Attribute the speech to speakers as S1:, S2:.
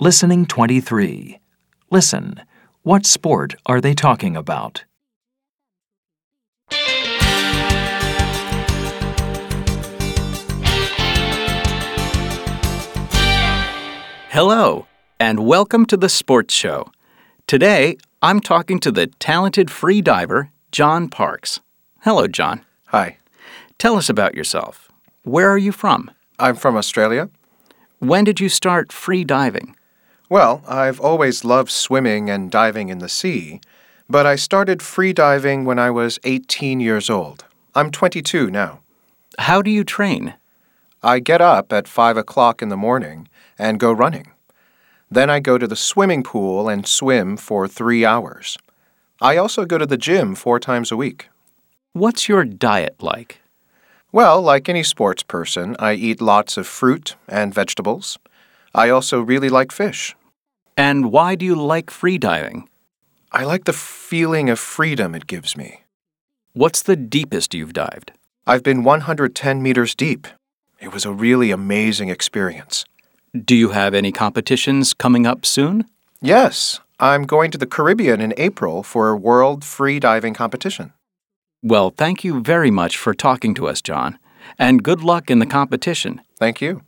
S1: Listening 23. Listen. What sport are they talking about?
S2: Hello, and welcome to the Sports Show. Today, I'm talking to the talented free diver, John Parks. Hello, John.
S3: Hi,
S2: Tell us about yourself. Where are you from?
S3: I'm from Australia.
S2: When did you start free diving?
S3: Well, I've always loved swimming and diving in the sea, but I started free diving when I was 18 years old. I'm 22 now.
S2: How do you train?
S3: I get up at 5 o'clock in the morning and go running. Then I go to the swimming pool and swim for three hours. I also go to the gym four times a week.
S2: What's your diet like?
S3: Well, like any sports person, I eat lots of fruit and vegetables. I also really like fish.
S2: And why do you like free diving?
S3: I like the feeling of freedom it gives me.
S2: What's the deepest you've dived?
S3: I've been 110 meters deep. It was a really amazing experience.
S2: Do you have any competitions coming up soon?
S3: Yes, I'm going to the Caribbean in April for a world free diving competition.
S2: Well, thank you very much for talking to us, John, and good luck in the competition.
S3: Thank you.